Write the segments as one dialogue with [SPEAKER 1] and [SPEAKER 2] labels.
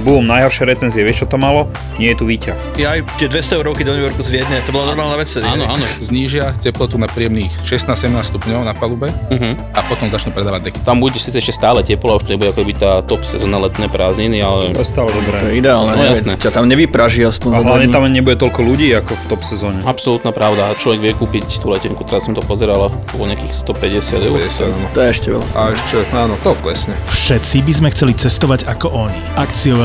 [SPEAKER 1] Bum, najhoršie recenzie, vieš čo to malo? Nie je tu výťah.
[SPEAKER 2] Ja aj tie 200 euróky do New Yorku z Viedne, to bola normálna vec. tedy,
[SPEAKER 3] Áno,
[SPEAKER 2] hej.
[SPEAKER 3] áno.
[SPEAKER 4] Znížia teplotu na príjemných 16-17 stupňov na palube
[SPEAKER 3] Mhm.
[SPEAKER 4] a potom začnú predávať deky.
[SPEAKER 3] Tam bude síce ešte stále teplo, a už to nebude ako by tá top sezóna letné prázdniny, ale...
[SPEAKER 1] To je stále
[SPEAKER 2] To je
[SPEAKER 1] dobré.
[SPEAKER 2] ideálne,
[SPEAKER 3] No,
[SPEAKER 2] neviem,
[SPEAKER 3] jasné.
[SPEAKER 2] ťa tam nevypraží aspoň.
[SPEAKER 1] A
[SPEAKER 2] za dva
[SPEAKER 1] hlavne
[SPEAKER 2] dní.
[SPEAKER 1] tam nebude toľko ľudí ako v top sezóne.
[SPEAKER 3] Absolútna pravda, človek vie kúpiť tú letenku, teraz som to pozeral, po nejakých 150 eur.
[SPEAKER 4] 50, no.
[SPEAKER 2] To je ešte veľa.
[SPEAKER 4] A ešte, áno, to klesne.
[SPEAKER 5] Všetci by sme chceli cestovať ako oni. Akciové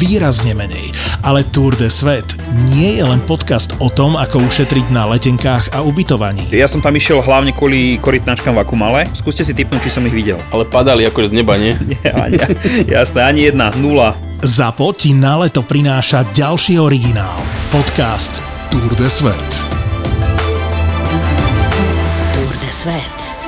[SPEAKER 5] Výrazne menej. Ale Tour de Svet nie je len podcast o tom, ako ušetriť na letenkách a ubytovaní.
[SPEAKER 1] Ja som tam išiel hlavne kvôli korytnačkám v Akumale. Skúste si typnúť, či som ich videl.
[SPEAKER 3] Ale padali akože z neba, nie?
[SPEAKER 1] Nie, ani, jasné, ani jedna, nula.
[SPEAKER 5] Zapo ti na leto prináša ďalší originál. Podcast Tour de Svet.
[SPEAKER 6] Tour de Svet.